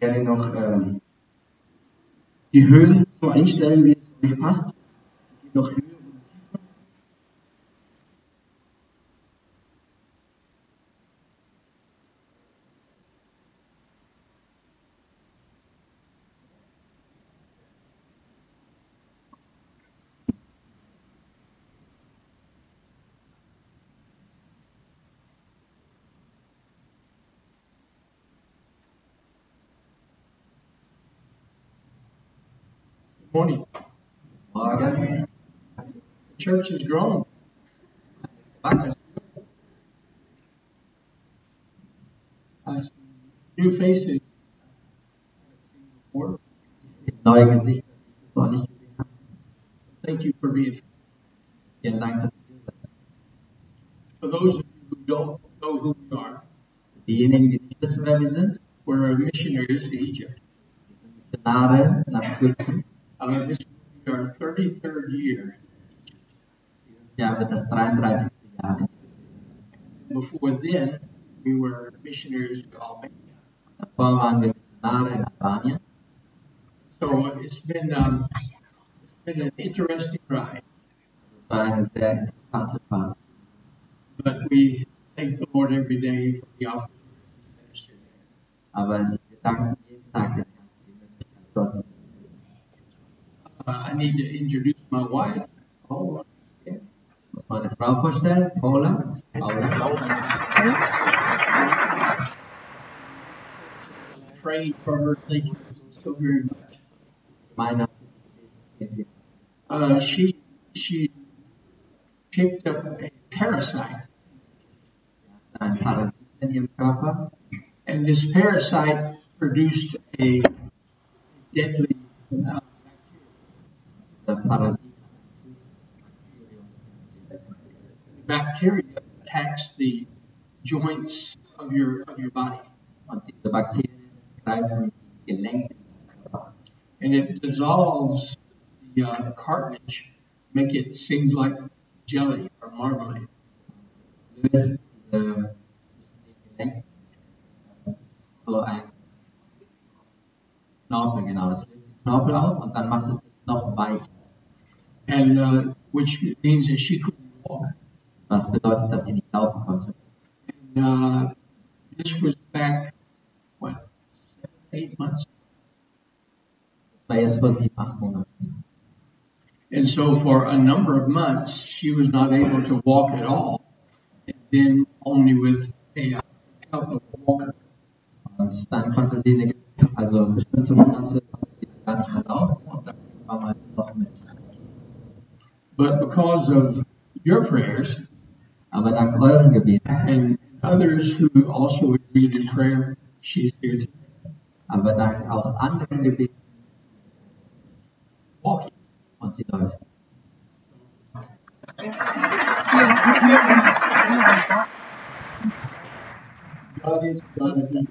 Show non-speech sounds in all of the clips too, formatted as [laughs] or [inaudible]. gerne noch ähm, die Höhen so einstellen, wie es euch passt. Geht noch höher oder tiefer. Morning. Morgen. The church is growing. Wachstum. I see uh, new faces. Before. Neue Gesichter, die ich zuvor nicht gesehen habe. Thank you for being here. Vielen Dank, dass ihr hier seid. For those of you who don't know who we are, Für diejenigen, die nicht wissen, wer wir sind, we're missionaries to Egypt. wir sind Missionare nach Ägypten. Uh, this will be our 33rd year. Dieses Jahr wird das 33. Jahr. Before then, we were missionaries to Albania. Davor waren wir Missionare in Albanien. So it's been um, it's been an interesting ride, Das war eine sehr interessante Fahrt. but we thank the Lord every day for the opportunity to minister there. Aber es wir danken jeden Tag den Herrn für die Möglichkeit, dort hinzugehen. Uh, I need to introduce my wife. Paula. Ich muss meine Frau vorstellen, Paula. Paula. Prayed for her. Thank you so very much. Meine Gebeten. Uh, she she picked up a parasite, ein Parasit in ihrem Körper and this parasite produced a deadly. Uh, der Parasit bacteria attacks the joints of your of your body, und diese Bakterien greifen die Gelenke an. and it dissolves the uh, cartilage, make it seem like jelly or marmalade. löst diese Gelenke so ein Knorpel, genau. Es löst den Knorpel auf und dann macht es den Knochen weich. and uh, which means that she couldn't walk. Was bedeutet, dass sie nicht laufen konnte. And uh, this was back what seven, eight months. Das war jetzt vor sieben, acht Monaten. And so for a number of months, she was not able to walk at all, and then only with a uh, help of a walker. Und dann konnte sie, eine, also bestimmte Monate, konnte sie gar nicht mehr laufen und dann war man noch mit. But because of your prayers Aber dank euren Gebeten and others who also agreed in prayer, she's here today, aber dank auch anderen Gebeten walking. und sie läuft. God is God. And,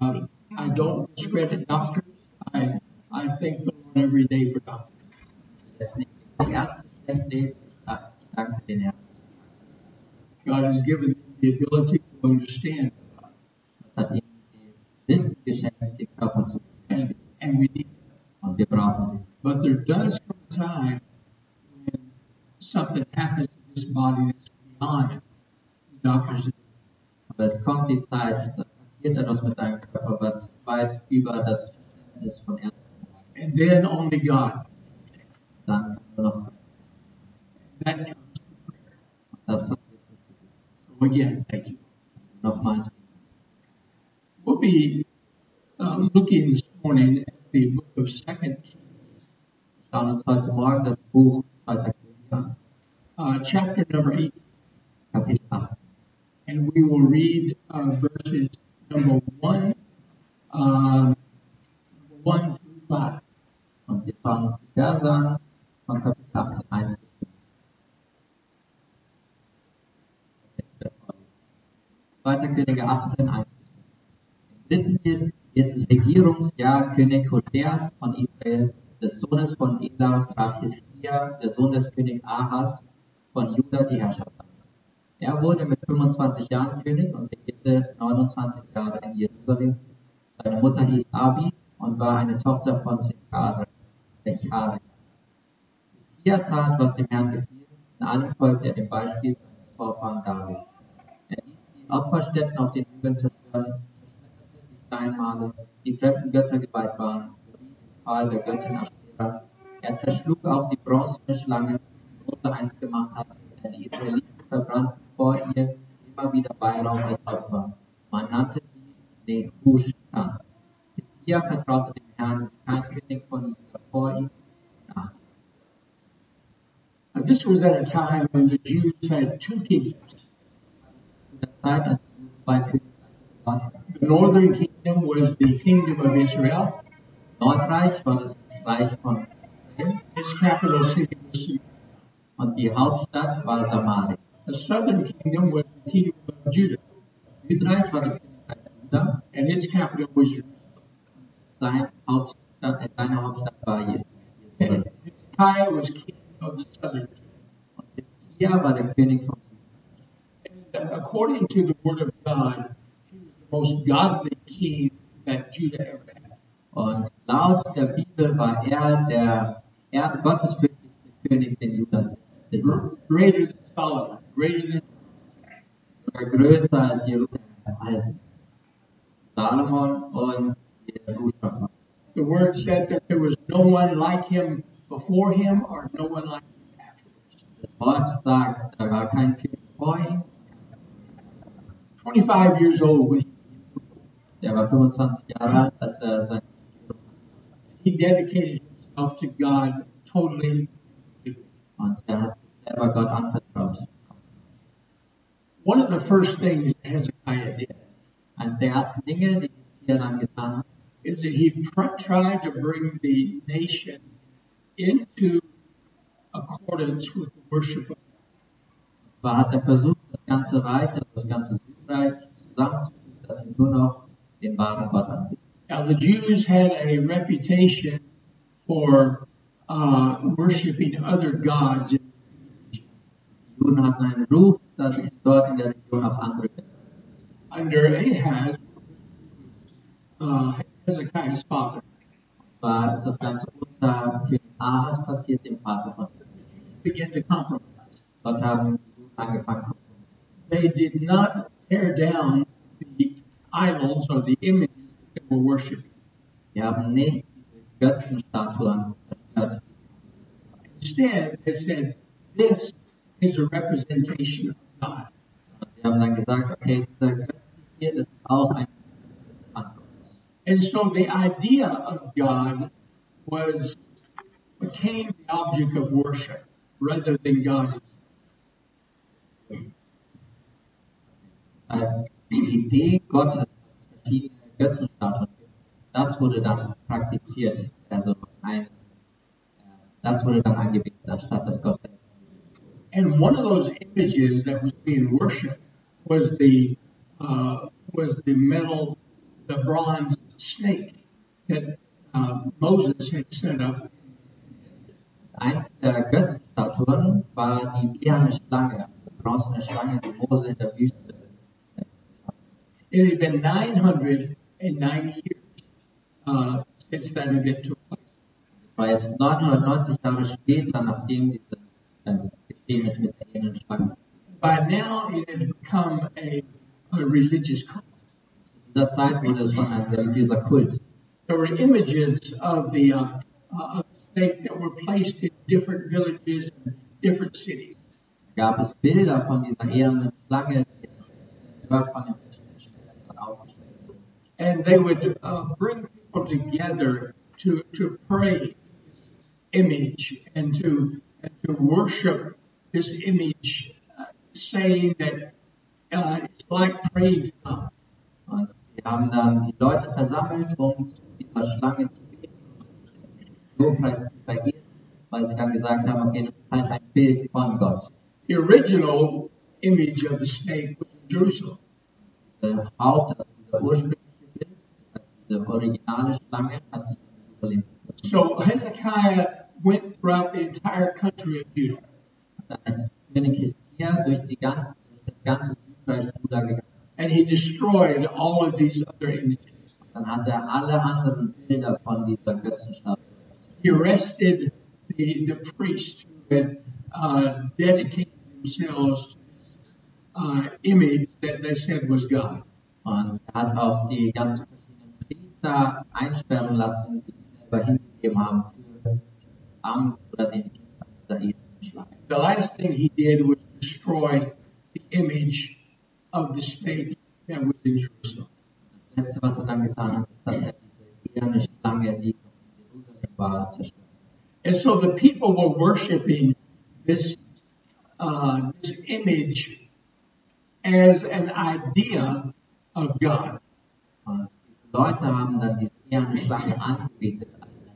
um, I don't discredit doctors. I, I thank the Lord every day for doctors. Ich will jetzt nicht die Ärzte schlecht reden, ich danke- ich danke den Herrn. God has given them the ability to understand, Das hat ihnen die Wissen geschenkt, den Körper zu and, verstehen. and we need. it. Und wir brauchen sie. But there does come a time when something happens to this body that's beyond the doctors. Aber es kommt die Zeit, da passiert etwas mit deinem Körper, was weit über das Verständnis von Ärzten ist. And then only God. Dann kann nur noch, That comes. das passiert So again, thank you. nochmals. We'll be uh, looking this morning at the book of Second Kings, Wir schauen uns heute Morgen das Buch 2. Könige an, uh, chapter number eight, Kapitel 18. and we will read uh, verses number one, um, one through five. Und wir schauen uns die Verse an von Kapitel 18, 1 bis 5. Jetzt wird vorgelesen. 2. Könige 18, 1 bis 5. Im dritten Re- Regierungsjahr König Hoseas von Israel, des Sohnes von Ela, trat Hiskia, der Sohn des König Ahas, von Juda die Herrschaft an. Er wurde mit 25 Jahren König und regierte lebte 29 Jahre in Jerusalem. Seine Mutter hieß Abi und war eine Tochter von Sekare. Sekare. Hiskia tat, was dem Herrn gefiel, und allem folgte er dem Beispiel seines Vorfahren David. Er ließ die Opferstätten auf den Hügeln zerstören, zerschmetterte die Steinmale, die fremden Götter geweiht waren, sowie den Pfahl der Göttin Aschera. Er zerschlug auch die bronzene Schlange, die Mose einst gemacht hatte, denn die Israeliten verbrannten vor ihr immer wieder Weihrauch als Opfer. Man nannte sie Nehushtan. Hiskia vertraute dem Herrn, kein König von Juda vor ihm, nach ihm. Now, this was at a time when the Jews had two kingdoms. Zu der Zeit, als die Juden zwei Könige hatten, The northern kingdom was the kingdom of Israel. Nordreich war das Reich von Israel Its capital city was Samaria. und die Hauptstadt war Samaria. The southern kingdom was the kingdom of Judah, Südreich war das Königreich Juda, and its capital was Jerusalem. sein Hauptstadt, äh, seine Hauptstadt war Jer- Jerusalem. And Hezekiah was king of the southern kingdom. Und Hiskia war der König von Süden. And according to the word of God, he was the most godly king that Judah ever had. Und laut der Bibel war er der er gottesfürchtigste König, den Judas besaß. Greater than Solomon, greater than Sogar größer als Jerusalem, als Salomon und Jerusalem. the word said that there was no one like him before him or no one like him afterwards. Das Wort sagt, da war kein König vor ihm, 25 years old when der war 25 Jahre alt, als er sein he, he dedicated himself to God totally. und er hat sich selber Gott anvertraut. One of the first things that Hezekiah did Eines der ersten Dinge, die Hiskia dann getan hat, is that he pr- tried to bring the nation into accordance with the worship of zwar hat er versucht, das ganze Reich, also das ganze Südreich zusammenzufügen, dass sie nur noch den wahren Gott anbieten. Now, the Jews had a reputation for uh, worshiping other gods. Die Juden hatten einen Ruf, dass sie dort in der Region auch andere Götter. Under Ahaz, uh, Hezekiah's father, Und zwar ist das Ganze unter König Ahas passiert, dem Vater von Israel. began to compromise. Dort haben die Juden angefangen, They did not tear down the idols or the images that they were worshiping. die haben nicht diese Götzenstatuen zerstört. Instead, they said, This is a representation of God. Und sie haben dann gesagt, okay, dieser Götze hier ist auch ein Repräsentant Gottes. And so the idea of God was became the object of worship rather than God. Das heißt, die Idee Gottes, dass es verschiedene Götzenstatuen gibt, das wurde dann praktiziert. Also ein, äh, das wurde dann angebetet, anstatt dass Gott selbst And one of those images that was being worshipped was the uh, was the metal, the bronze snake that uh, Moses had set up. Eins der Götzenstatuen war die eherne Schlange, die bronzene Schlange, die Mose in der Wüste. It had been 990 years uh, since that event took place. Das war jetzt 990 Jahre später, nachdem dieses ähm, Geschehen ist mit der ehernen Schlange. By now, it had become a, a religious cult. In dieser Zeit wurde es schon ein religiöser Kult. There were images of the uh, uh, of the snake that were placed in different villages and different cities. gab es Bilder von dieser ehernen Schlange, die aus den Dörfern in verschiedenen Städten aufgestellt wurden. And they would uh, bring people together to, to pray image and to, and to worship this image, uh, saying that uh, it's like praying to God. Und wir haben dann die Leute versammelt, um zu dieser Schlange zu beten und Lobpreis zu vergeben, weil sie dann gesagt haben, okay, das ist halt ein Bild von Gott. The original image of the snake was in Jerusalem. Der Haupt, also dieser ursprüngliche Bild, also diese originale Schlange, hat sich in Jerusalem gefunden. So Hezekiah went throughout the entire country of Judah. Dann ist König Hiskia durch, die ganze, durch das ganze Südreich Juda gegangen. and he destroyed all of these other images. Dann hat er alle anderen Bilder von dieser Götzenstadt. He arrested the, the priests who had uh, dedicated themselves to this uh, image that they said was God. Und er hat auch die ganzen verschiedenen Priester einsperren lassen, die sich selber hingegeben haben für das Amt oder den Dienst an dieser edlen Schlange. The last thing he did was destroy the image of the snake that was in Jerusalem. Das Letzte, was er dann getan hat, ist, dass er diese eherne Schlange, die noch in Jerusalem war, zerstört. And so the people were worshiping this, uh, this image as an idea of God. Und die Leute haben dann diese eherne Schlange angebetet als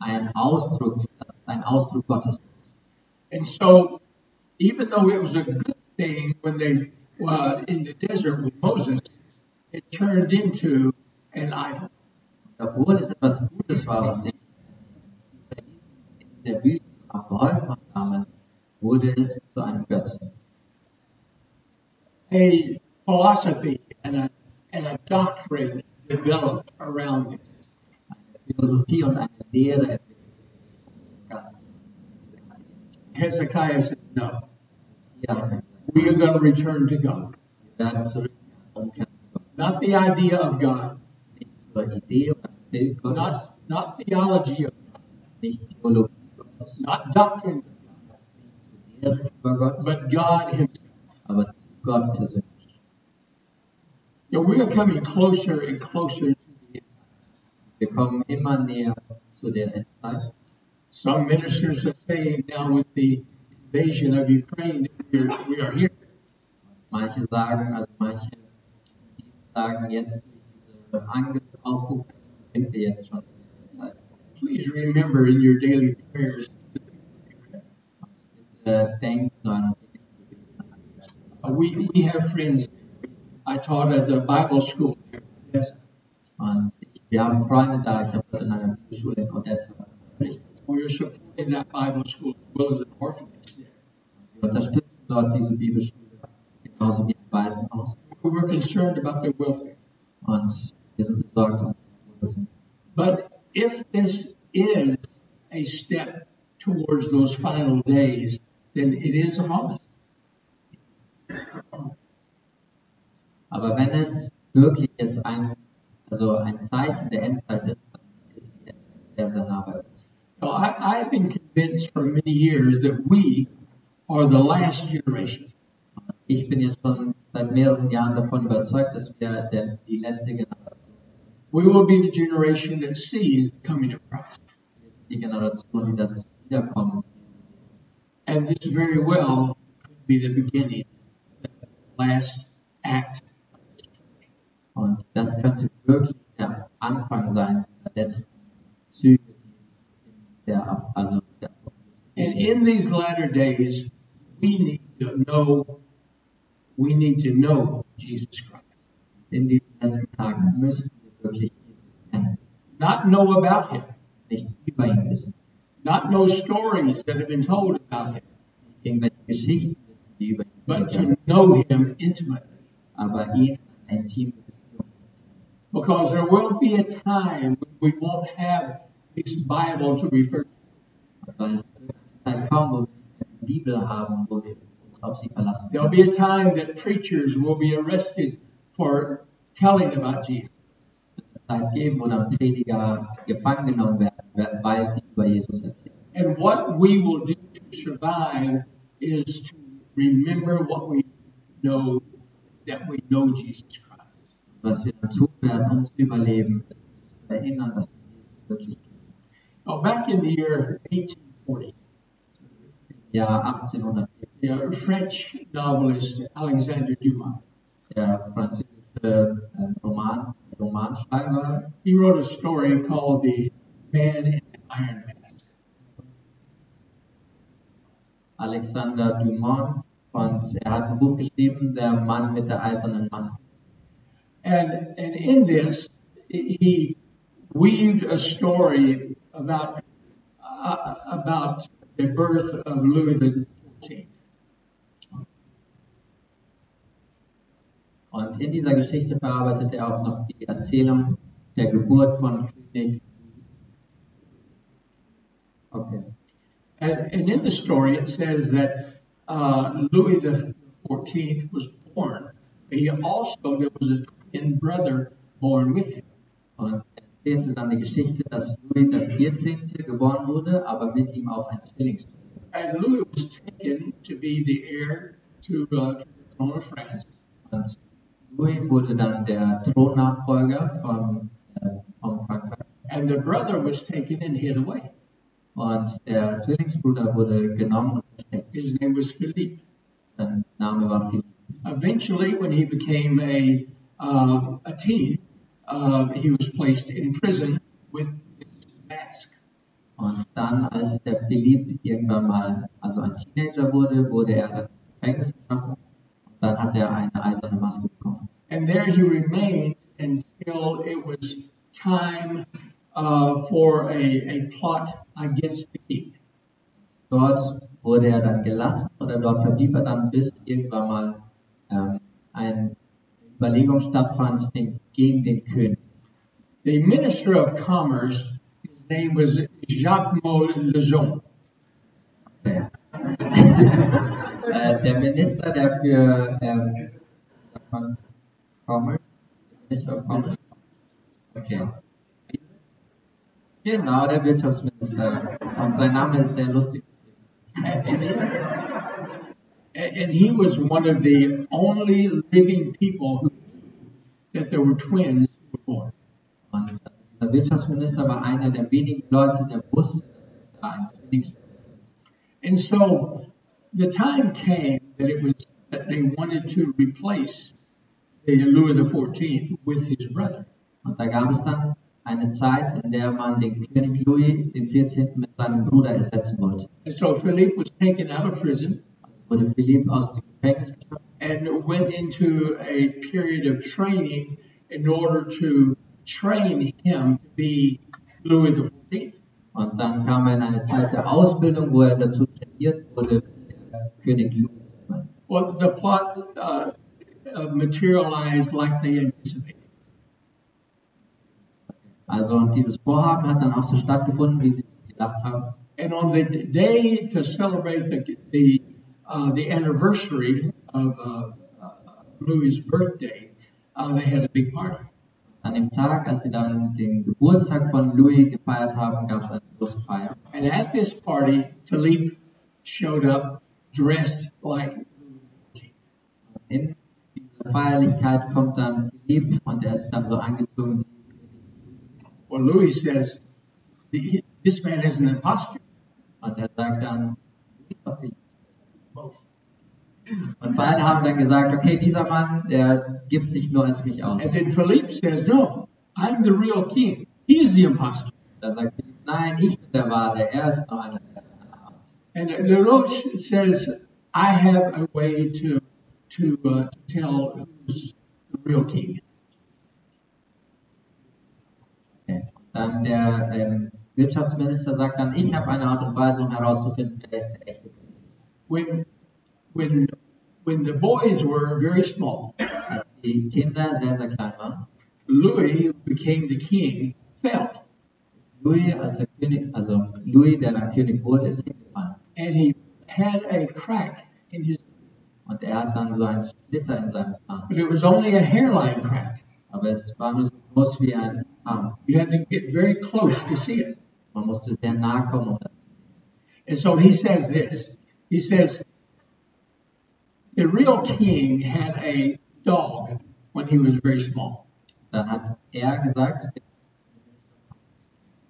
ein Ausdruck, das ist ein Ausdruck Gottes. And so, even though it was a good thing when they were in the desert with Moses, it turned into an idol. Und obwohl es etwas Gutes war, was den Israeliten in der Wüste auch geholfen hat damals, wurde es zu einem Götzen. A philosophy and a, and a doctrine developed around it. Eine Philosophie und eine Lehre entwickelt. Das Ganze. Hezekiah said, No, Ja, we are going to return to God. wir werden zurück umkehren. Not the idea of God, Nicht zur Idee oder Bild Gottes, not, not theology of God, nicht Theologie Gottes, not doctrine, nicht zur Lehre über Gott, but God Himself. aber zu Gott persönlich. You know, we are coming closer and closer to the end. Wir kommen immer näher zu der Endzeit. Some ministers are saying now with the invasion of Ukraine that we are, we are here. Manche sagen, also manche sagen jetzt durch diese Angriffe auf Ukraine sind wir jetzt schon in der Zeit. Please remember in your daily prayers. Bitte denkt daran, wie wir gebeten haben. Uh, we, we have friends. I taught at the Bible school there. Yes. Und ich, wir haben Freunde da, ich habe dort in einer Bibelschule in Odessa unterrichtet. We are supporting that Bible school as well as an orphanage there. Wir unterstützen dort diese Bibelschule, genauso wie ein Waisenhaus. We were concerned about their welfare. Und wir sind besorgt um ihr Wohlbefinden. But if this is a step towards those final days, then it is a promise. Aber wenn es wirklich jetzt ein, also ein Zeichen der Endzeit ist, dann ist die Endzeit sehr, sehr nah bei uns. So I, I've been convinced for many years that we are the last generation. Ich bin jetzt schon seit mehreren Jahren davon überzeugt, dass wir der, die letzte Generation, We will be the generation that sees the coming of Christ. die Generation, die das wiederkommt, And this very well could be the beginning, the last act. Und das könnte wirklich der Anfang sein der letzten Züge der, also der And in these latter days, we need to know, we need to know Jesus Christ. in diesen letzten Tagen müssen wir wirklich Jesus kennen, Not know about him, nicht über ihn wissen, not know stories that have been told about him, nicht irgendwelche Geschichten wissen, die über ihn but erzählt werden, to know him intimately. aber ihn in einer intimen Beziehung. Because there will be a time when we won't have this Bible to refer to. Weil es wird eine Zeit kommen, wo wir nicht mehr die Bibel haben, wo wir uns auf sie verlassen There'll können. be a time that preachers will be arrested for telling about Jesus. Es wird eine Zeit geben, wo dann Prediger gefangen genommen werden, weil sie über Jesus erzählen. And what we will do to survive is to remember what we know that we know Jesus Christ. was wir dann tun werden, um zu überleben, ist uns zu erinnern, dass wir Jesus wirklich kennen. Now, back in the year 1840, Im Jahr 1840, the French novelist Alexander Dumas der französische ähm, Roman, Romanschreiber, he wrote a story called "The Man in the Iron Mask." Alexander Dumont, und er hat ein Buch geschrieben, Der Mann mit der eisernen Maske. And and in this, he weaved a story about uh, about the birth of Louis the Fourteenth. Und in dieser Geschichte verarbeitet er auch noch die Erzählung der Geburt von König. Okay. And, and in the story, it says that uh, Louis the Fourteenth was born. He also there was a twin brother born with him. Und er erzählte dann die Geschichte, dass Louis der 14. geboren wurde, aber mit ihm auch ein Zwillingsbruder. And Louis was taken to be the heir to, uh, to the throne of France. Und Louis wurde dann der Thronnachfolger von, äh, von Frankreich. And the brother was taken and hid away. Und der Zwillingsbruder wurde genommen und versteckt. His name was Philippe. Sein Name war Philipp. Eventually, when he became a, uh, a teen, uh, he was placed in prison with this mask. Und dann, als der Philipp irgendwann mal, also ein Teenager wurde, wurde er dann ins Gefängnis geschaffen. Und dann hat er eine eiserne Maske bekommen. And there he remained until it was time uh, for a, a plot against the king. Dort wurde er dann gelassen oder dort verblieb er dann, bis irgendwann mal ähm, eine Überlegung stattfand den, gegen den König. The minister of commerce, his name was Jacques Lejeune. Ja. äh, der Minister, der für ähm, sagt man Commerce, Minister of Commerce. Okay. Genau, der Wirtschaftsminister. Und sein Name ist sehr lustig. And, and he was one of the only living people who that there were twins who were born. Und der Wirtschaftsminister war einer der wenigen Leute, der wusste, dass es da ein Zwillingsbruder And so the time came that it was that they wanted to replace the Louis the Fourteenth with his brother. Und da gab es dann eine Zeit, in der man den König Louis XIV. mit seinem Bruder ersetzen wollte. And so Philippe was taken out of prison Wurde Philipp aus dem Gefängnis geschaffen and went into a period of training in order to train him to be Louis the Fourteenth. und dann kam er in eine Zeit der Ausbildung, wo er dazu trainiert wurde, König Louis zu sein. Well, the plot uh, uh, materialized like they anticipated. Also und dieses Vorhaben hat dann auch so stattgefunden, wie sie es gedacht haben. And on the day to celebrate the the, uh, the anniversary of uh, uh, Louis' birthday, uh, they had a big party. An dem Tag, als sie dann den Geburtstag von Louis gefeiert haben, gab es eine große Feier. And at this party, Philippe showed up dressed like Louis. In dieser Feierlichkeit kommt dann Philipp und er ist dann so angezogen wie Well, Louis says, "The- "This man is an imposter." Und er sagt dann, "Ist doch nicht." Both. und beide haben dann gesagt, okay, dieser Mann, der gibt sich nur als mich aus. And then Philippe says, "No, I'm the real king. He is the imposter." Dann sagt er, nein, ich bin der Wahre, er ist nur einer. der anderen." And Leroche says, I have a way to, to, uh, to tell who's the real king. Okay. Dann der Äh, ähm, Wirtschaftsminister sagt dann, ich habe eine Art und Weise, um herauszufinden, wer jetzt der echte König ist. When, when, when the boys were very small, Als Also die Kinder sehr, sehr klein waren, Louis, who became the king, fell. Louis, als der König, also Louis, der dann König wurde, ist hingefallen. And he had a crack in his, Und er hat dann so einen Splitter in seinem Arm. but it was only a hairline crack. Aber es war nur so groß wie ein Arm. You had to get very close to see it. Man musste sehr nahe kommen, um das And so he says this. He says, the real king had a dog when he was very small. Dann hat er gesagt,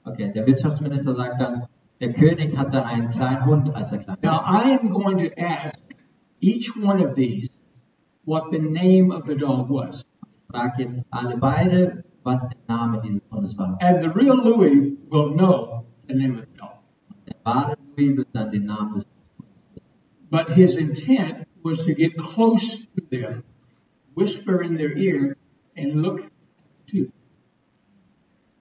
okay, der Wirtschaftsminister sagt dann, der König hatte einen kleinen Hund, als er klein Now war. I am going to ask each one of these what the name of the dog was. Ich frage jetzt alle beide, was der Name dieses Hundes war. And the real Louis will know the name of the dog. Der wahre Louis wird dann den Namen des Hundes wissen. But his intent was to get close to them, whisper in their ear, and look to them.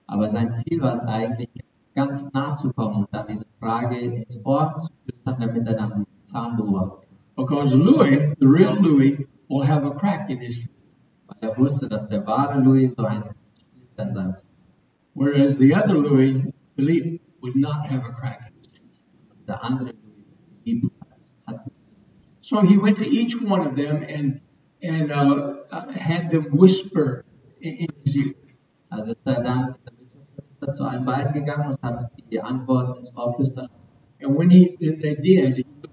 Aber sein Ziel war es eigentlich, ganz nah zu kommen und dann diese Frage ins Ohr zu flüstern, damit er dann diesen Zahn beobachtet. Because Louis, the real Louis, will have a crack in his weil er wusste, dass der wahre Louis so ein Spieler in seinem Team whereas the other Louis, Philippe, would not have a crack. at it. ist. Der andere Louis blieb hat, hat So he went to each one of them and and uh, uh, had them whisper in, in his ear. Also ist er dann mit der Wirtschaftsminister zu einem beiden gegangen und hat die Antwort ins Ohr flüstern And when he then they did, he looked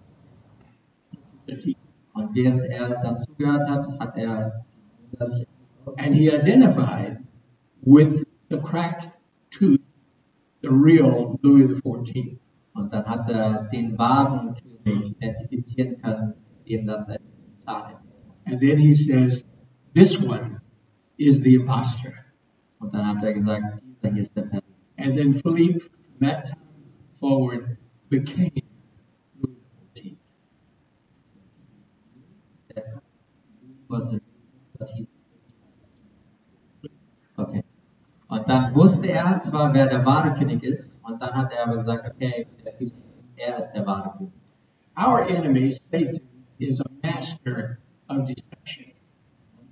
at the teeth. Und während er dann zugehört hat, hat er die Wunder sich and he identified with the cracked tooth, the real Louis the Fourteenth. Und dann hat er den wahren König identifizieren können, indem das er den Zahn entdeckt. And then he says, "This one is the imposter." Und dann hat er gesagt, dieser hier ist der Fels. And then Philippe, from that time forward, became Louis the Fourteenth. Der was a- but he- Okay. Und dann wusste er zwar, wer der wahre König ist, und dann hat er aber gesagt, okay, der König, er ist der wahre König. Our enemy, Satan, is a master of deception.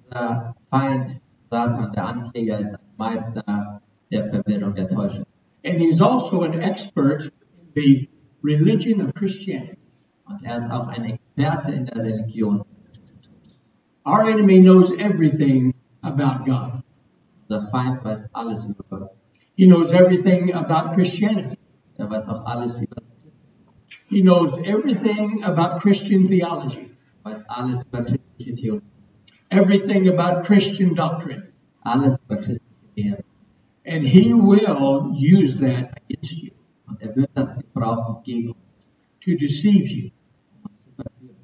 Unser Feind, Satan, der Ankläger, ist ein Meister der Verwirrung, der Täuschung. And he's also an expert in the religion of Christianity. Und er ist auch ein Experte in der Religion. Our enemy knows everything about God. Unser Feind weiß alles über Gott. He knows everything about Christianity. Er weiß auch alles über das Christentum, He knows everything about Christian theology, weiß alles über christliche Theologie, everything about Christian doctrine, alles über christliche Lehre. and he will use that against you Und er wird das gebrauchen gegen uns, to deceive you, um uns zu verführen,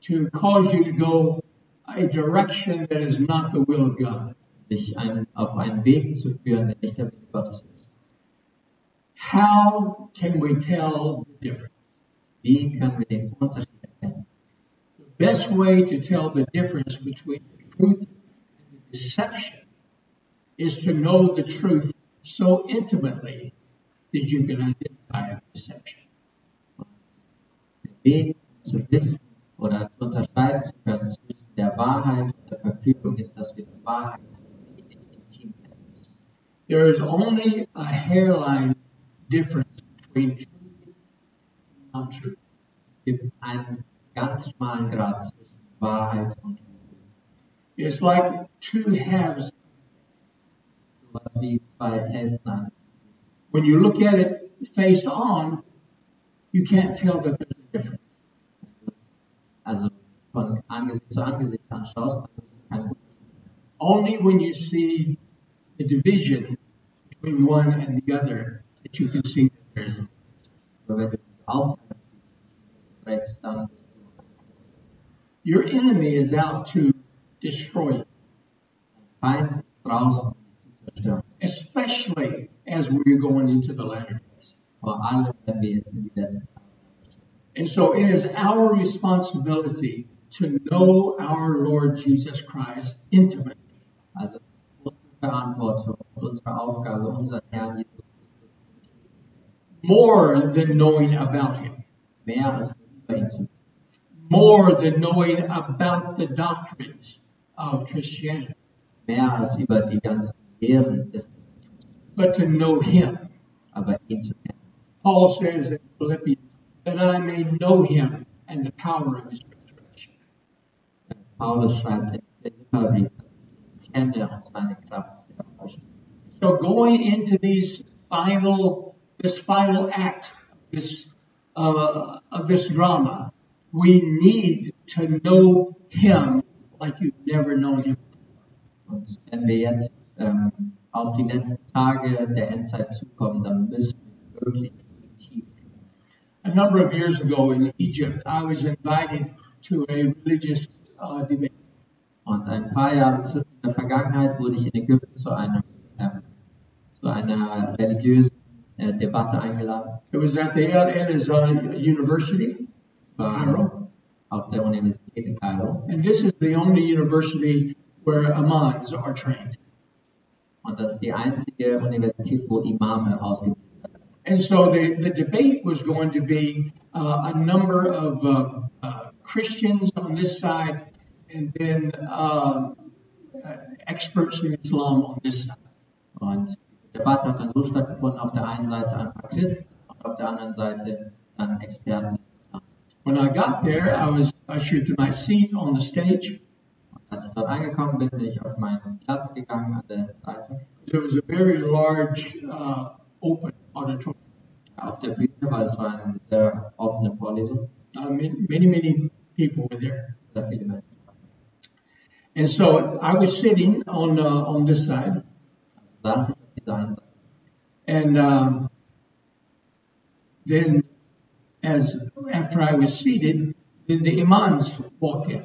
to cause you to go a direction that is not the will of God. dich einen, auf einen Weg zu führen, der nicht der Weg Gottes ist. How can we tell the difference? Wie können wir den Unterschied erkennen? The best way to tell the difference between the truth and the deception is to know the truth so intimately that you can identify a deception. Den Weg zu wissen oder zu unterscheiden zu können zwischen der Wahrheit und der Verführung ist, dass wir die Wahrheit richtig intim kennen. There is only a hairline difference between truth and non-truth. Es gibt einen ganz schmalen Grad zwischen Wahrheit und Lüge. It's like two halves. Sowas wie zwei Hälften eines When you look at it face on, you can't tell that there's a difference. also von Angesicht zu Angesicht anschaust, dann ist es kein Unterschied. Only when you see the division between one and the other that you can see that there's. a- Aber wenn du dich aufteilst, rechts, dann bist du Your enemy is out to destroy you, ein Feind draußen um dich zu zerstören. especially as we're going into the latter days. Vor allem, wenn wir jetzt in die letzten Tage And so it is our responsibility to know our Lord Jesus Christ intimately. Also es ist unsere Verantwortung und unsere Aufgabe, unseren Herrn Jesus Christus more than knowing about him, mehr als nur über ihn zu wissen, more than knowing about the doctrines of Christianity, mehr als über die ganzen Lehren des Christentums, but to know him. aber ihn zu kennen. Paul says in Philippians, that I may know him and the power of his resurrection. Paulus schreibt in Philipperbrief, dass ich ihn kenne und seine Kraft sehr ausspricht. So going into these final, this final act, of this uh, of this drama, we need to know him like you've never known him. Und wenn wir jetzt ähm, auf die letzten Tage der Endzeit zukommen, dann müssen wir wirklich tief. A number of years ago in Egypt, I was invited to a religious uh, debate. Und ein paar Jahre zurück in der Vergangenheit wurde ich in Ägypten zu einem ähm, zu einer religiösen äh, Debatte eingeladen. It was at the El Elazar University, Ich War auf der Universität in Kairo. and this is the only university where imams are trained. Und das ist die einzige Universität, wo Imame ausgebildet werden. And so the, the debate was going to be uh, a number of uh, uh, Christians on this side, and then uh, uh, experts in Islam on this side. Und die Debatte hat dann so stattgefunden, auf der einen Seite ein Praktist und auf der anderen Seite dann Experten. When I got there, I was ushered to my seat on the stage. Und als ich dort angekommen bin, bin ich auf meinen Platz gegangen an der Seite. It was a very large uh, open auditorium. Auf der Bühne, weil es war eine sehr offene Vorlesung. Uh, many, many, many people were there. Sehr viele Menschen. And so I was sitting on, uh, on this side, Saß ich auf dieser einen Seite. and um, then as after I was seated, then the imams walked in,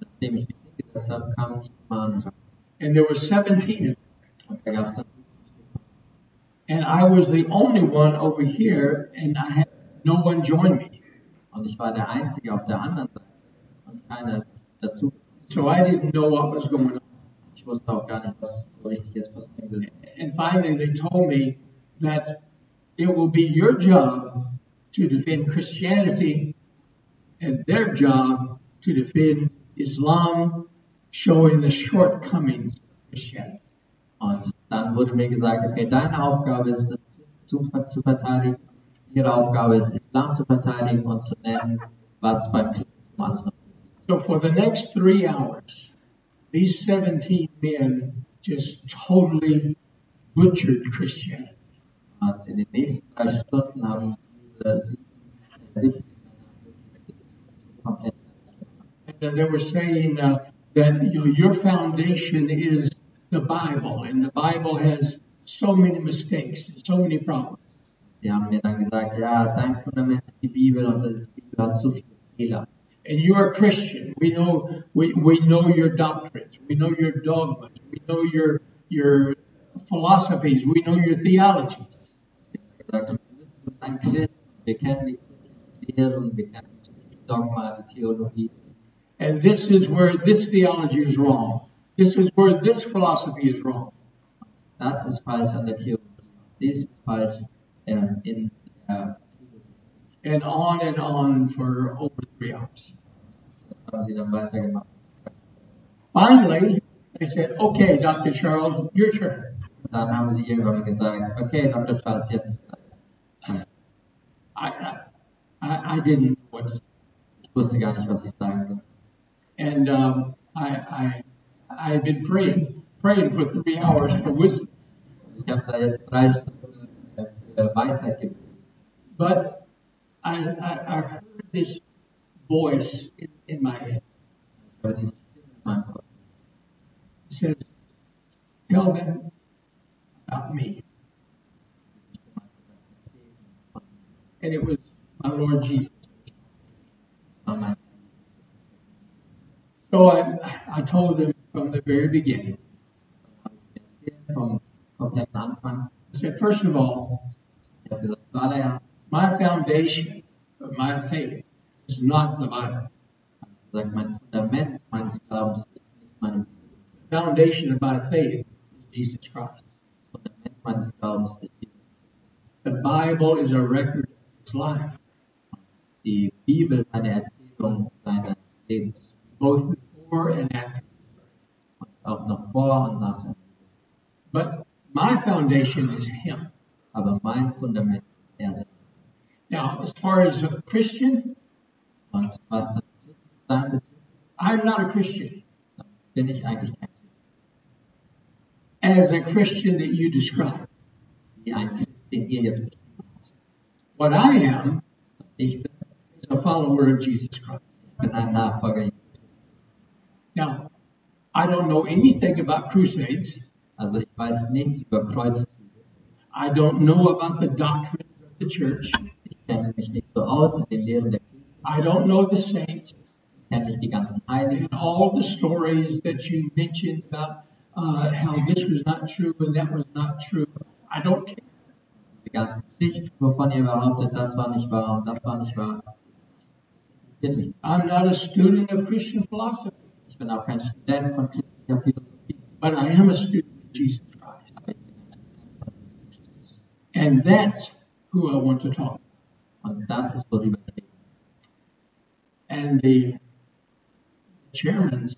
Nachdem ich mich hingesetzt habe, kamen die Imane. and there were 17 of them. Und da gab es dann And I was the only one over here, and I had no one join me. Und ich war der Einzige auf der anderen Seite. Und keiner ist dazu. So I didn't know what was going on. Ich wusste auch gar nicht, was so richtig jetzt passieren will. And finally, they told me that it will be your job to defend Christianity and their job to defend Islam, showing the shortcomings of Christianity. Und dann wurde mir gesagt, okay, deine Aufgabe ist es, zu, zu verteidigen. Ihre Aufgabe ist, Islam zu verteidigen und zu nennen, was beim Christentum alles noch ist. So for the next three hours, these 17 men just totally butchered Christianity. Und in den nächsten drei Stunden haben diese sieben- 70 Männer komplett And they were saying uh, that you know, your foundation is the Bible, and the Bible has so many mistakes and so many problems. Die haben mir dann gesagt, ja, dein Fundament ist die Bibel und die Bibel hat so viele Fehler. and you're a Christian. We know we, we know your doctrines, we know your dogmas, we know your your philosophies, we know your theology. gesagt haben, wir wissen, du bist ein Christ, wir kennen die christliche Lehre und wir kennen das christliche Dogma, die Theologie. And this is where this theology is wrong. This is where this philosophy is wrong. Das ist falsch an der Theologie. Dies ist falsch äh, in der And on and on for over three hours. Das haben sie dann weitergemacht. Finally, they said, Okay, Dr. Charles, your turn. Und dann haben sie irgendwann gesagt, okay, Dr. Charles, jetzt ist es. I I, I I didn't know what to say. Ich wusste gar nicht, was ich sagen soll. And um, I, I, I had been praying, praying for three hours for wisdom. Ich habe da jetzt drei Stunden äh, für Weisheit gegeben. But I, I, I heard this voice in, in my head. Ich habe diese Stimme in meinem Kopf. It says, Tell them about me. And it was my Lord Jesus. Oh mein. So I, I told them from the very beginning. Habe ich mir erzählt vom kompletten Anfang. I said, First of all, Ich habe gesagt, zuallererst my foundation of my faith is not the Bible. gesagt, mein Fundament meines Glaubens ist nicht meine Bibel. The foundation of my faith is Jesus Christ. Das Fundament meines Glaubens ist die, The Bible is a record of his life, die Bibel, seine Erzählung seines Lebens. both before and after. Und auch noch vor und nach seinem Leben. But my foundation is Him. Aber mein Fundament ist er selbst. Now, as far as a Christian, Und was das Christsein betrifft, I'm not a Christian. dann bin ich eigentlich ein Christ. As a Christian that you describe, Wie ein Christ, den ihr jetzt beschrieben habt. what I am Ich bin, is a follower of Jesus Christ. ich bin ein Nachfolger Jesu. Now, I don't know anything about crusades. Also ich weiß nichts über Kreuzzüge. I don't know about the doctrine of the church. Ich kenne mich nicht so aus in den Lehren der Kirche. I don't know the saints Ich kenne nicht die ganzen Heiligen. and all the stories that you mentioned about uh, how this was not true and that was not true. I don't care. die ganze Geschichte, wovon ihr behauptet, das war nicht wahr und das war nicht wahr. Interessiert mich. nicht. I'm not a student of Christian philosophy. Ich bin auch kein Student von christlicher Philosophie. but I am a student of Jesus Christ. And that's who I want to talk. Und das ist, worüber ich rede. And the chairman says,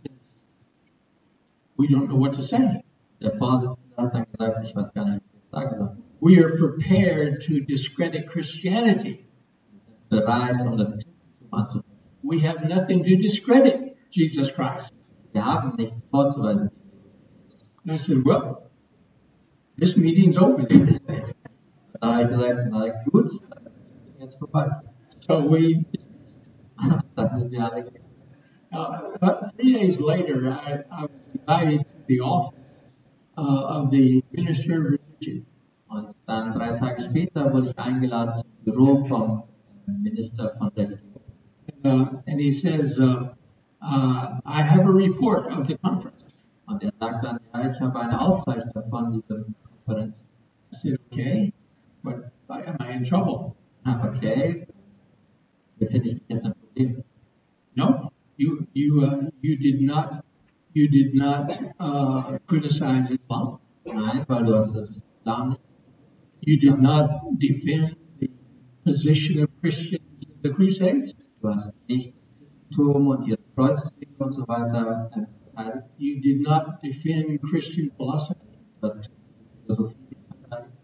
We don't know what to say. Der Vorsitzende hat dann gesagt, ich weiß gar nicht, was ich sagen soll. We are prepared to discredit Christianity. Bereit, um das Christentum anzunehmen. We have nothing to discredit Jesus Christ. Wir haben nichts vorzuweisen. And I said, Well, this meeting's over. then, isn't it?" Dann habe ich gesagt, na gut, dann ist das Meeting jetzt vorbei. [laughs] so we, dann sind wir alle gegangen. uh, about three days later, I, I was invited to the office uh, of the Minister of Religion. Und dann drei Tage später wurde ich eingeladen zum Büro vom äh, Minister von Religion. Uh, and he says, uh, uh, I have a report of the conference. Und er sagt dann, ja, ich habe eine Aufzeichnung von dieser Konferenz. I said, okay, but why am I in trouble? Ah, okay, befinde ich mich jetzt im Problem. No, you you uh, you did not you did not uh, criticize Islam. Nein, weil du hast das Plan nicht. You did not defend the position of Christians in the Crusades. Du hast nicht das Christentum und ihre Kreuzwege und so weiter äh, verteidigt. You did not defend Christian philosophy. Du hast christliche Philosophie nicht verteidigt.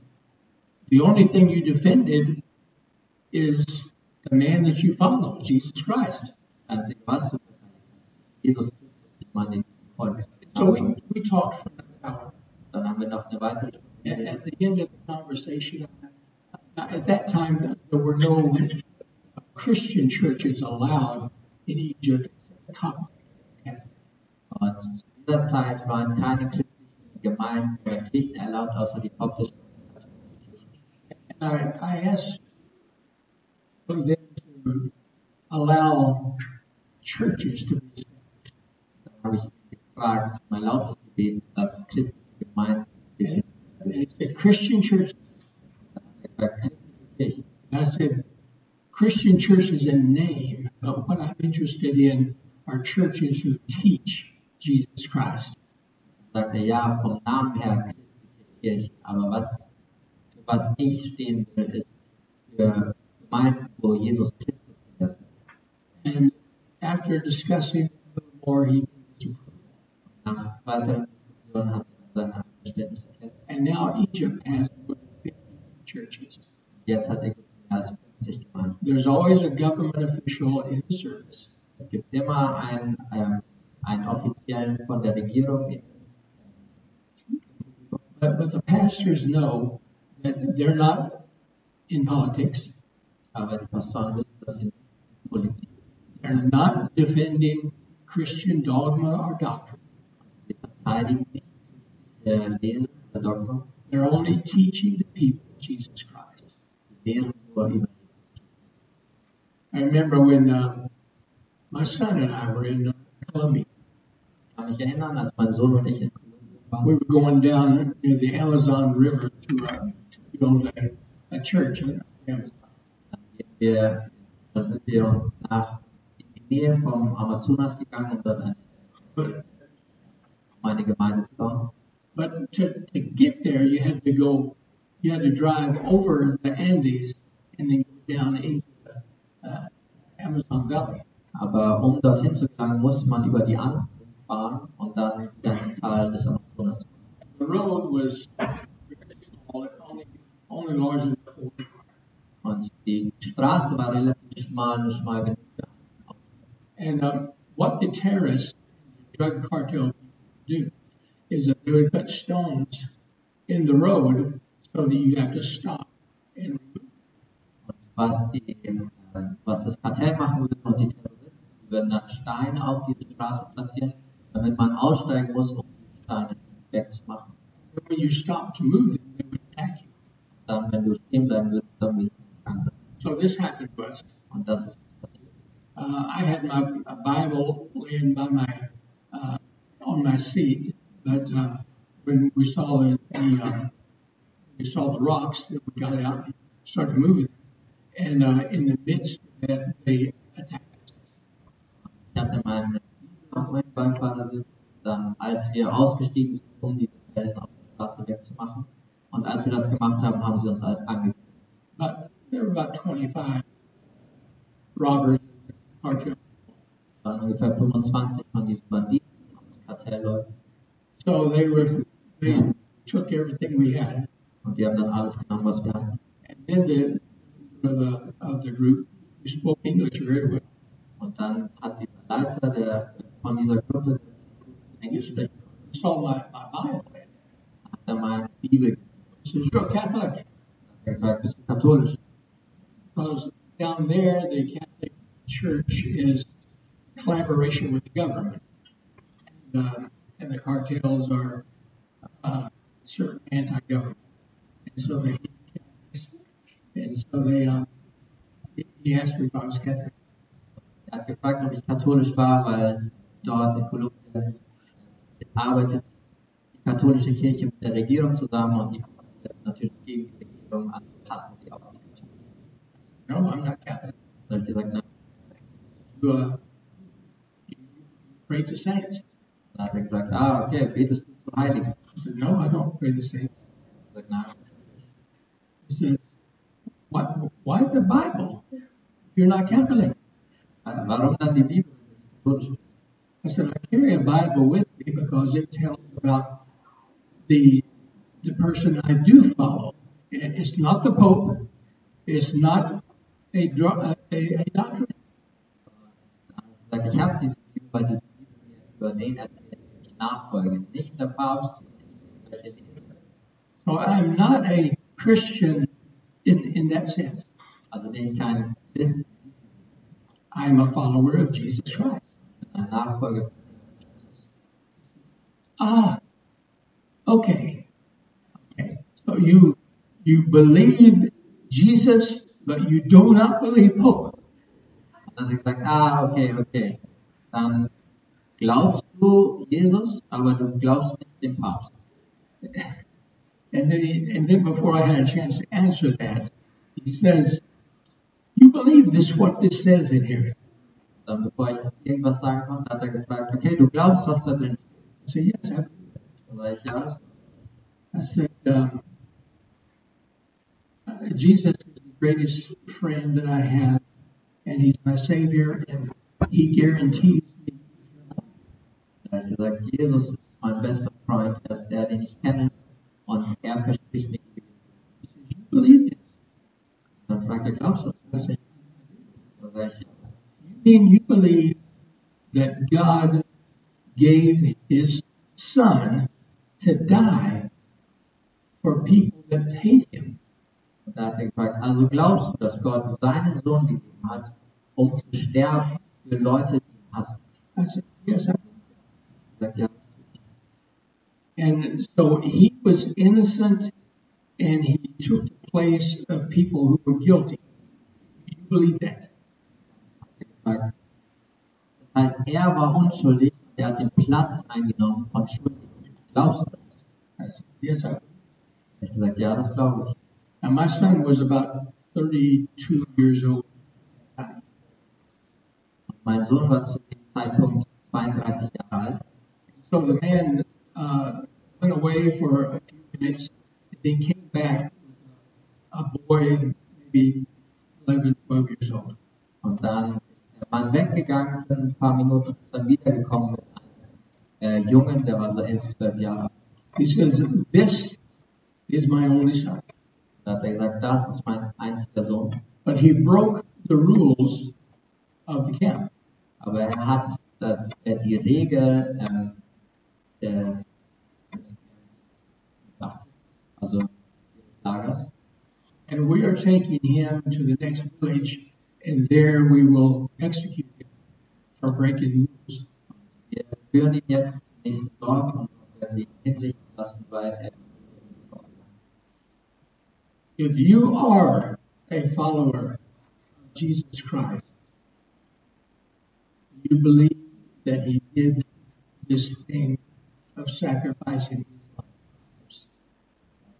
The only thing you defended is the man that you follow, Jesus Christ. Das Einzige, was du verteidigt hast, Jesus Christus, ich meine, den Volk. So we, we talked for an hour. Dann haben wir noch eine weitere At, Stunde. at the end of the conversation, I- at that time, there were no Christian churches allowed in Egypt except Coptic Catholic. Und zu dieser Zeit waren keine christlichen Gemeinden oder Kirchen erlaubt, außer die koptischen. And I, I asked for them to allow churches to be Dann habe ich gefragt, mein lautes Gebet, dass christliche Gemeinden established. gegründet And he said, Christian churches. werden. Er hat gesagt, christliche Kirchen. And I said, Christian churches in name, but what I'm interested in are churches who teach Jesus Christ. Dann sagt er, ja, vom Namen her christliche Kirchen, aber was, für was ich stehen will, ist für Gemeinden, wo Jesus Christus wird. And after discussing a little more, he gave his approval. Nach weiteren Diskussionen hat er seine Verständnis erklärt. And now Egypt has more than 50 churches. Jetzt hat er mehr als 50 Gemeinden. There's always a government official in the service. Es gibt immer einen, ähm, einen offiziellen von der Regierung in But, but the pastors know that they're not in politics. Aber die Pastoren wissen, dass sie nicht Politik They're not defending Christian dogma or doctrine. sie verteidigen, nicht äh, Lehre oder Dogma, They're only teaching the people Jesus Christ. sie lehren nur über I remember when uh, my son and I were in uh, Colombia. Ich kann mich erinnern, als mein Sohn und ich in Kolumbien We waren, were going down near the Amazon River to, uh, to build a, a church in Amazon. dann, gehen wir, dann sind wir nach in die Nähe vom Amazonas gegangen, um dort eine, But, um eine Gemeinde zu bauen. but to, to get there, you had to go, you had to drive over the Andes and then go down into the uh, Amazon Valley. Aber um dorthin zu gelangen, muss man über die Anden fahren und dann ganz Tal des Amazonas. The road was very small, it only, only large enough for one car. Und die Straße war relativ schmal, nur schmal genug für And um, what the terrorists, drug cartel, do is that they would put stones in the road so that you have to stop and remove. Und was, die, äh, was das Kartell machen würde und die Terroristen, die würden dann Steine auf diese Straße platzieren, damit man aussteigen muss, um die Steine wegzumachen. And when you stop to move them, they would attack you. Dann, wenn du stehen bleiben würdest, dann wird es krank. So this happened to us. Und das ist passiert. Uh, I had my a Bible laying by my uh, on my seat, but uh, when we saw the, the uh, we saw the rocks that we got out and started moving, and uh, in the midst of that they attacked. us. Ich hatte meinen Bibel auf meinem Beifahrersitz, dann, als wir ausgestiegen sind, um diese Felsen auf der Straße wegzumachen. Und als wir das gemacht haben, haben sie uns halt angegriffen. But there were about 25 robbers, cartel, Es waren ungefähr 25 von diesen Banditen und Kartellleuten. So they were, they took everything we had. Und die haben dann alles genommen, was wir hatten. And then the, of the, of the group, who spoke English very well, Und dann hat dieser Leiter der, von dieser Gruppe Englisch sprechen, saw my, my Bible. hat er mal die Bibel gegeben. He says, you're a Catholic. Hat er gesagt, bist du katholisch? Because down there, the Catholic Church is collaboration with the government. And, uh, and the cartels are uh, certain anti government. And so they and so they um, he asked me if I was Catholic. Er hat gefragt, ob ich katholisch war, weil dort in Kolumbien arbeitet die katholische Kirche mit der Regierung zusammen und die sind natürlich gegen die Regierung an, passen sie auch nicht. No, I'm not Catholic. Da habe ich gesagt, nein. You, uh, you pray to saints. Dann hat er gesagt, ah, okay, betest du zu Heiligen? I said, No, I don't pray to saints. Ich habe gesagt, nein. He says, Why, why the Bible? If You're not Catholic. Ah, Warum dann die Bibel? wenn du katholisch bist? I said, I carry a Bible with me because it tells about the the person I do follow. And it's not the Pope. It's not a, dro- a, a doctrine. Dann habe ich gesagt, ich habe diese Bibel, weil diese Bibel mir über den erzählt, den ich nachfolge. Nicht der Papst, nicht welche Lehre. So I'm not a Christian in, in that sense. Also bin ich kein Christ, I'm a follower of Jesus Christ. sondern ein Nachfolger von Jesus Christus. Ah, okay. Okay. So you you believe Jesus, but you do not believe Pope. Und dann hat er gesagt, ah, okay, okay. Dann glaubst du Jesus, aber du glaubst nicht dem Papst. And then, he, and then before I had a chance to answer that, he says, "You believe this? What this says in here?" Dann, bevor ich irgendwas sagen konnte, hat er gefragt, okay, du glaubst, was da drin steht. I said, "Yes." I, Dann sage ich, ja, alles klar. I said, um, uh, "Jesus is the greatest friend that I have, and He's my Savior, and He guarantees me." Dann habe ich gesagt, Jesus ist mein bester Freund, er ist der, den ich kenne, und er verspricht mir ewiges Leben. He says, "You believe this?" Dann fragt er, glaubst du I das? said, Dann sage ich, ja. You mean you believe that God gave his son to die for people that hate him? Und da hat er gefragt, also glaubst du, dass Gott seinen Sohn gegeben hat, um zu sterben für Leute, die ihn hassen? I said, Yes. I believe Er sagt, ja. that." And so he was innocent and he took the place of people who were guilty. You believe that? gefragt. Das heißt, er war unschuldig, er hat den Platz eingenommen von Schuldigen. Glaubst du das? I said, Yes, I believe that." Ich habe gesagt, ja, das glaube ich. Now, my son was about 32 years old. Und mein Sohn war zu dem Zeitpunkt 32 Jahre alt. So the man uh, went away for a few minutes, and then came back with a boy, maybe 11, 12 years old. Und dann ist der Mann weggegangen für ein paar Minuten und ist dann wiedergekommen mit einem äh, Jungen, der war so 11, 12 Jahre alt. He says, This is my only son. Da hat er gesagt, das ist mein einziger Sohn. But he broke the rules of the camp. Aber er hat das, äh, die Regel ähm, der, des, also des Lagers. And we are taking him to the next village, and there we will execute him for breaking rules. Wir führen ihn jetzt zum nächsten Dorf und werden ihn hinrichten lassen, weil er If you are a follower of Jesus Christ, you believe that he did this thing of sacrificing his life. for us.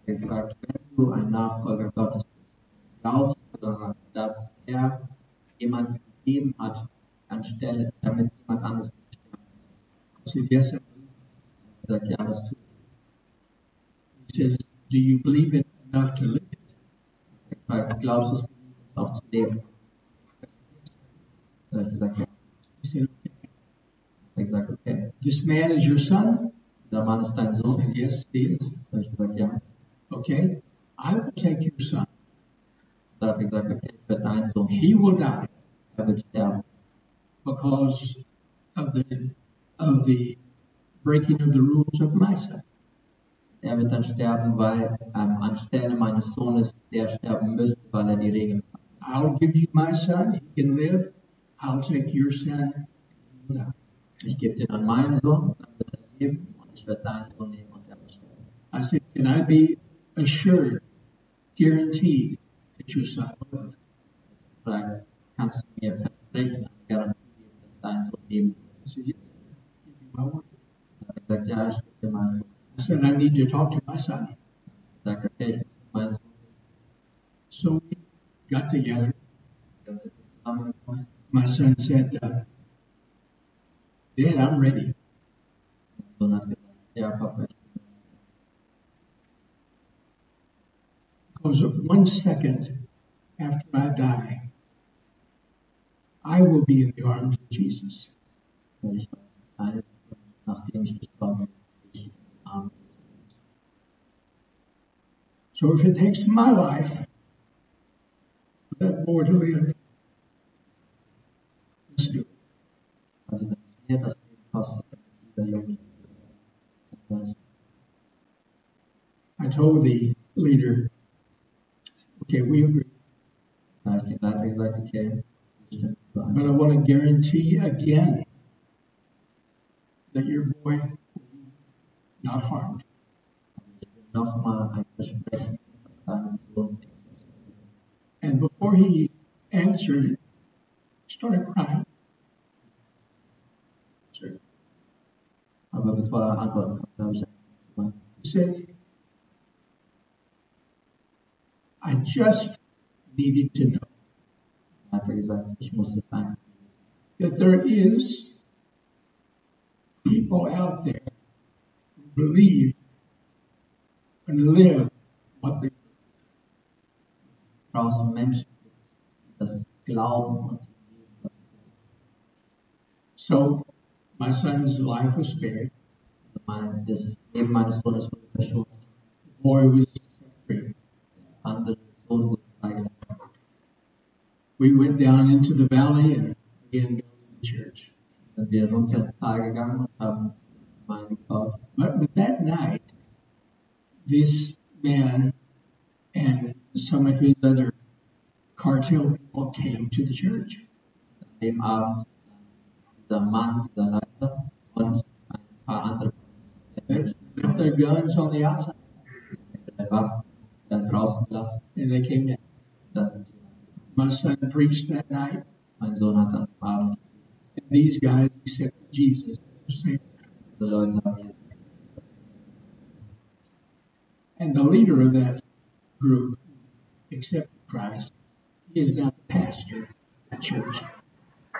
er gefragt, wenn du ein Nachfolger Gottes bist, glaubst du daran, dass er jemanden gegeben hat, anstelle, damit jemand anderes nicht sterben I said, Yes, I believe. muss? Er sagt, ja, das tut it." He says, Do you believe it enough to live it? er. Gefragt, glaubst du es genug, um es auch zu leben? Er hat gesagt, ja. He said, Okay. Er hat gesagt, okay, This man is your son? Dieser Mann ist dein I said, Sohn. Yes, he is. Da habe ich gesagt, ja. Okay, I will take your son. Da hat er gesagt, okay, ich werde deinen Sohn. He will die Er wird sterben, because of the of the breaking of the rules of my son. er wird dann sterben, weil ähm, anstelle meines Sohnes der sterben müsste, weil er die Regeln hat. I'll give you my son, he can live. I'll take your son, he will die. Ich gebe den an meinen Sohn, dann wird er leben und ich werde deinen Sohn nehmen und er wird sterben. I said, Can I be assured, guaranteed that your son will live? Vielleicht kannst du mir versprechen, eine Garantie geben, dass dein Sohn leben wird. I said, Yes, give you my word. Da hat er gesagt, ja, ich gebe dir meinen Sohn. I said, I need to talk to my son. Ich sagte, okay, ich muss mit meinem Sohn So we got together. ganz zusammengekommen. My son said, uh, Dad, I'm ready. Mein Sohn hat gesagt, ja, Papa, ich bin Because one second after I die, I will be in the arms of Jesus. Weil ich weiß, eines Tages, nachdem ich gestorben bin, ich im Arm des So if it takes my life for that boy to live, let's do it. Also wenn es mir das Leben kostet, dann wird dieser Junge leben. Und das- I told the leader, okay, we agree, Da habe ich dem Leiter gesagt, okay, das stimmt überein. but I want to guarantee again that your boy will be not harmed. Ich will nochmal ein Versprechen von seinem Sohn. And before he answered, he started crying. So Aber bevor er antworten konnte, habe ich gesagt, He said, I just needed to know hat er gesagt, ich muss das ein. that there is people out there who believe and live what they Draußen Menschen, gibt, die das glauben und die leben, was sie glauben. So my son's life was spared. Also mein, das Leben meines Sohnes wurde verschont. The boy was set free. Der andere Sohn wurde freigelassen. We went down into the valley and began building the church. Dann sind wir runter ins Tal gegangen und haben Gemeinde gebaut. But with that night, this man and some of his other cartel people came to the church. An dem Abend dieser Mann, dieser Leiter und ein paar andere They left their guns on the outside der Waffen dann draußen gelassen. and they came in. Dann sind sie reingekommen. My son preached that night, mein Sohn hat dann Abend, and these guys accepted Jesus. as their Savior. diese Leute haben jetzt And the leader of that group accepted Christ. He is now the pastor of the church.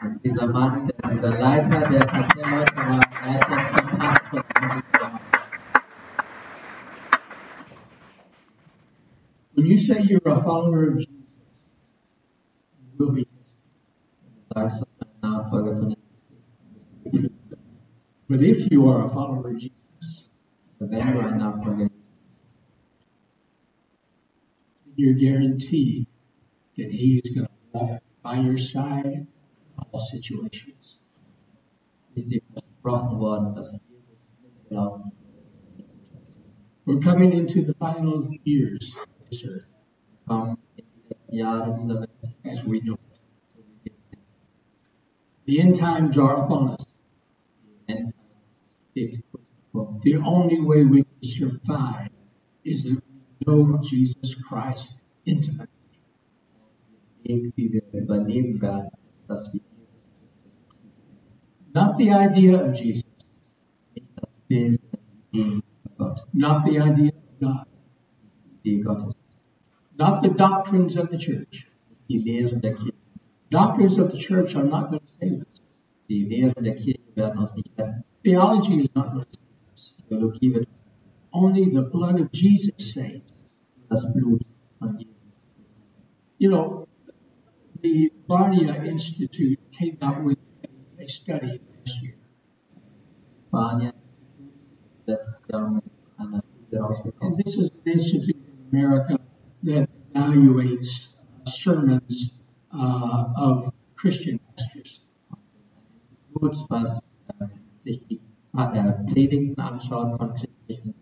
und dieser Mann, der, dieser Leiter, der Kartellleiter war, er ist jetzt ein Pastor von dieser When you say you're a follower of Jesus, you will be tested. Du sagst, du bist ein Nachfolger von Jesus. But if you are a follower of Jesus, Wenn du ein Nachfolger bist, you're guaranteed that He is going to walk by your side in all situations. ist dir versprochen worden, dass Jesus mitgelaufen wird. We're coming into the final years of this earth Komm in die letzten Jahre dieser Welt, as we know it. so wie wir sind. The end times are upon us. Endzeit steht kurz bevor. The only way we can survive is that we know Jesus Christ intimately. Weg, wie wir überleben werden, dass wir Not the idea of Jesus, nicht das Bild die Idee von Gott, not the idea of God, die Idee Gottes, not the doctrines of the church. die Lehren der Kirche. Doctrines of the church are not going to save us. Die Lehren der Kirche werden uns nicht retten. Theology is not going to save us. Theologie wird Only the blood of Jesus saves. das Blut von Jesus. You know, the Barnia Institute came out with a study last year Spanien, letztes Jahr mit einer Studie rausgekommen. And this is an institute in America that evaluates sermons uh, of Christian pastors. Institut, was äh, sich die äh, Predigten anschaut von christlichen.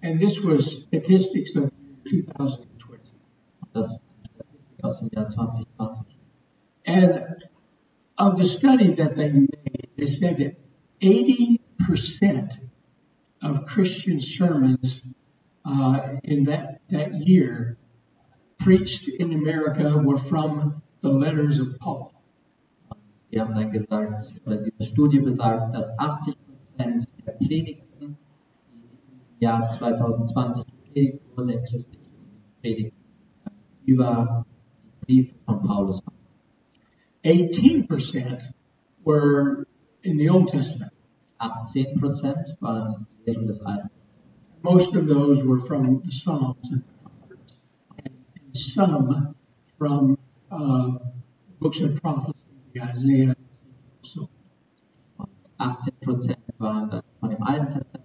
And this was statistics of 2020. Und das ist eine Statistik aus dem Jahr 2020. And of the study that they made, they said that 80% of Christian sermons uh, in that, that year preached in America were from the letters of Paul. Und wir haben dann gesagt, oder diese Studie besagt, dass 80 Prozent der Predigten, die im Jahr 2020 gepredigt wurden, der christlichen Predigten, äh, über die Briefe von Paulus waren. 18% were in the Old Testament. 18 Prozent waren Lehren des Alten. Most of those were from the Psalms and Proverbs, and and some from uh, books of prophecy, Isaiah, so Und 18 Prozent waren dann von dem Alten Testament,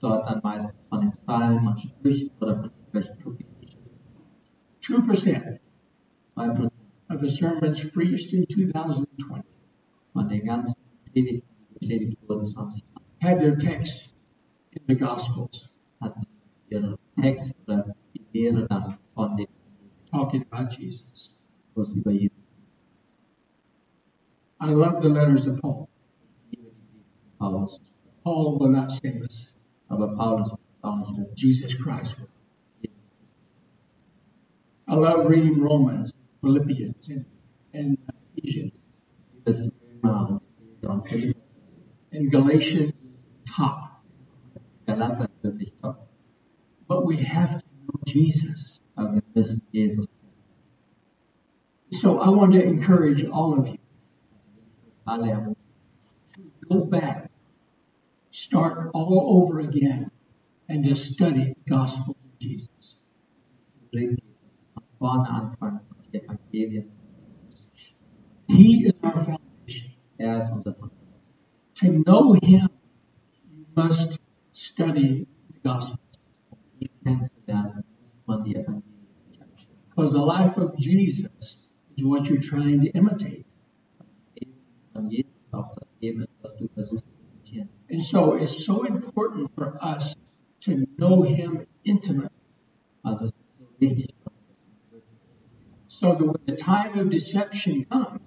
dort dann meistens von den Psalmen und Sprüchen oder von irgendwelchen prophetischen. 2% 2 Prozent of the sermons preached in 2020 von den ganzen Predigten, die gepredigt wurden, 20 had their text in the Gospels, hatten ihren Text oder die Lehre dann von dem, talking about Jesus. was über Jesus I love the letters of Paul. liebe, die Briefe von Paulus. Paul will not save us, Aber Paulus wird es auch nicht retten. Jesus Christ will. I love reading Romans, Philippians, and, and Ephesians. Liebes Römer und Epheser und Philipper, and Galatians is top. der Land ist wirklich top. But we have to know Jesus. Aber wir müssen Jesus So I want to encourage all of you alle ermutigen. go back, start all over again, and just study the gospel of Jesus. zurückgeht, von vorne anfangen und die Evangelien. He is our foundation. Er ist unser Vater. To know Him, you must study the gospel. Um ihn kennenzulernen, muss man die Evangelien sich anschauen. Because the life of Jesus is what you're trying to imitate. Eben von Jesus auch das Leben ist, was du versuchst zu imitieren. And so it's so important for us to know Him intimately. Also es ist so wichtig, dass So that when the time of deception comes,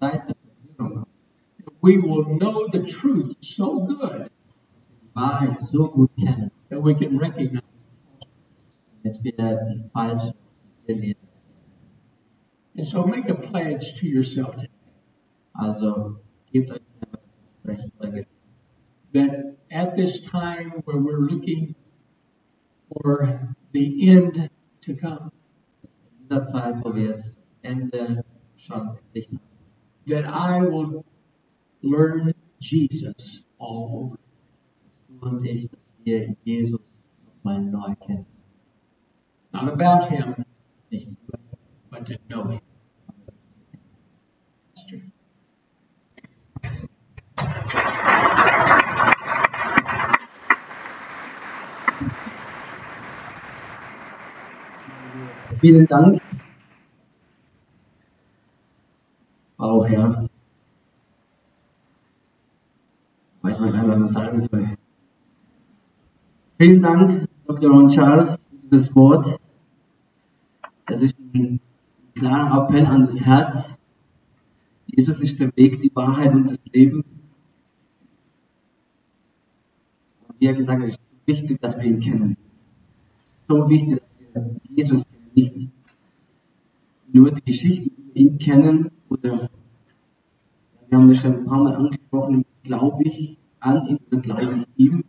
wir eine Zeit der Verführung haben, we will know the truth so good die Wahrheit so gut kennen, that we can recognize. damit wir die falsche Lehre leben. And so make a pledge to yourself today Also gebt euch selber das Versprechen oder gebt that at this time where we're looking for the end to come, in dieser Zeit, wo wir jetzt Ende schon im Licht haben, that I will learn Jesus all over. du und ich, dass wir Jesus nochmal neu kennen. Not about him, Nicht über ihn, but to know him. Pastor. Vielen Dank. Frau Herr. Weiß man leider, was sagen soll. Vielen Dank, Dr. Ron Charles, für dieses Wort. Es ist ein klarer Appell an das Herz. Jesus ist der Weg, die Wahrheit und das Leben. Und wie er gesagt hat, es ist wichtig, dass wir ihn kennen. So wichtig, dass wir Jesus kennen, nicht nur die Geschichten über ihn kennen oder wir haben das schon ein paar Mal angesprochen, glaube ich an ihn oder glaube ich ihm.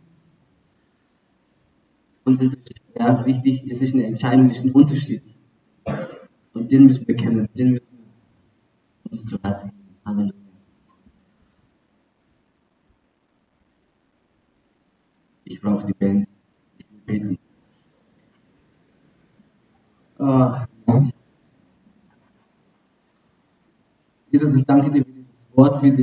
Und das ist ja, richtig, das ist eine Entscheidung, das ist ein Unterschied. Und den müssen wir kennen, den müssen wir uns zu Herzen nehmen. Halleluja. Ich brauche die Band. Ich will beten. Ah, Jesus, ich danke dir für dieses Wort, für dieses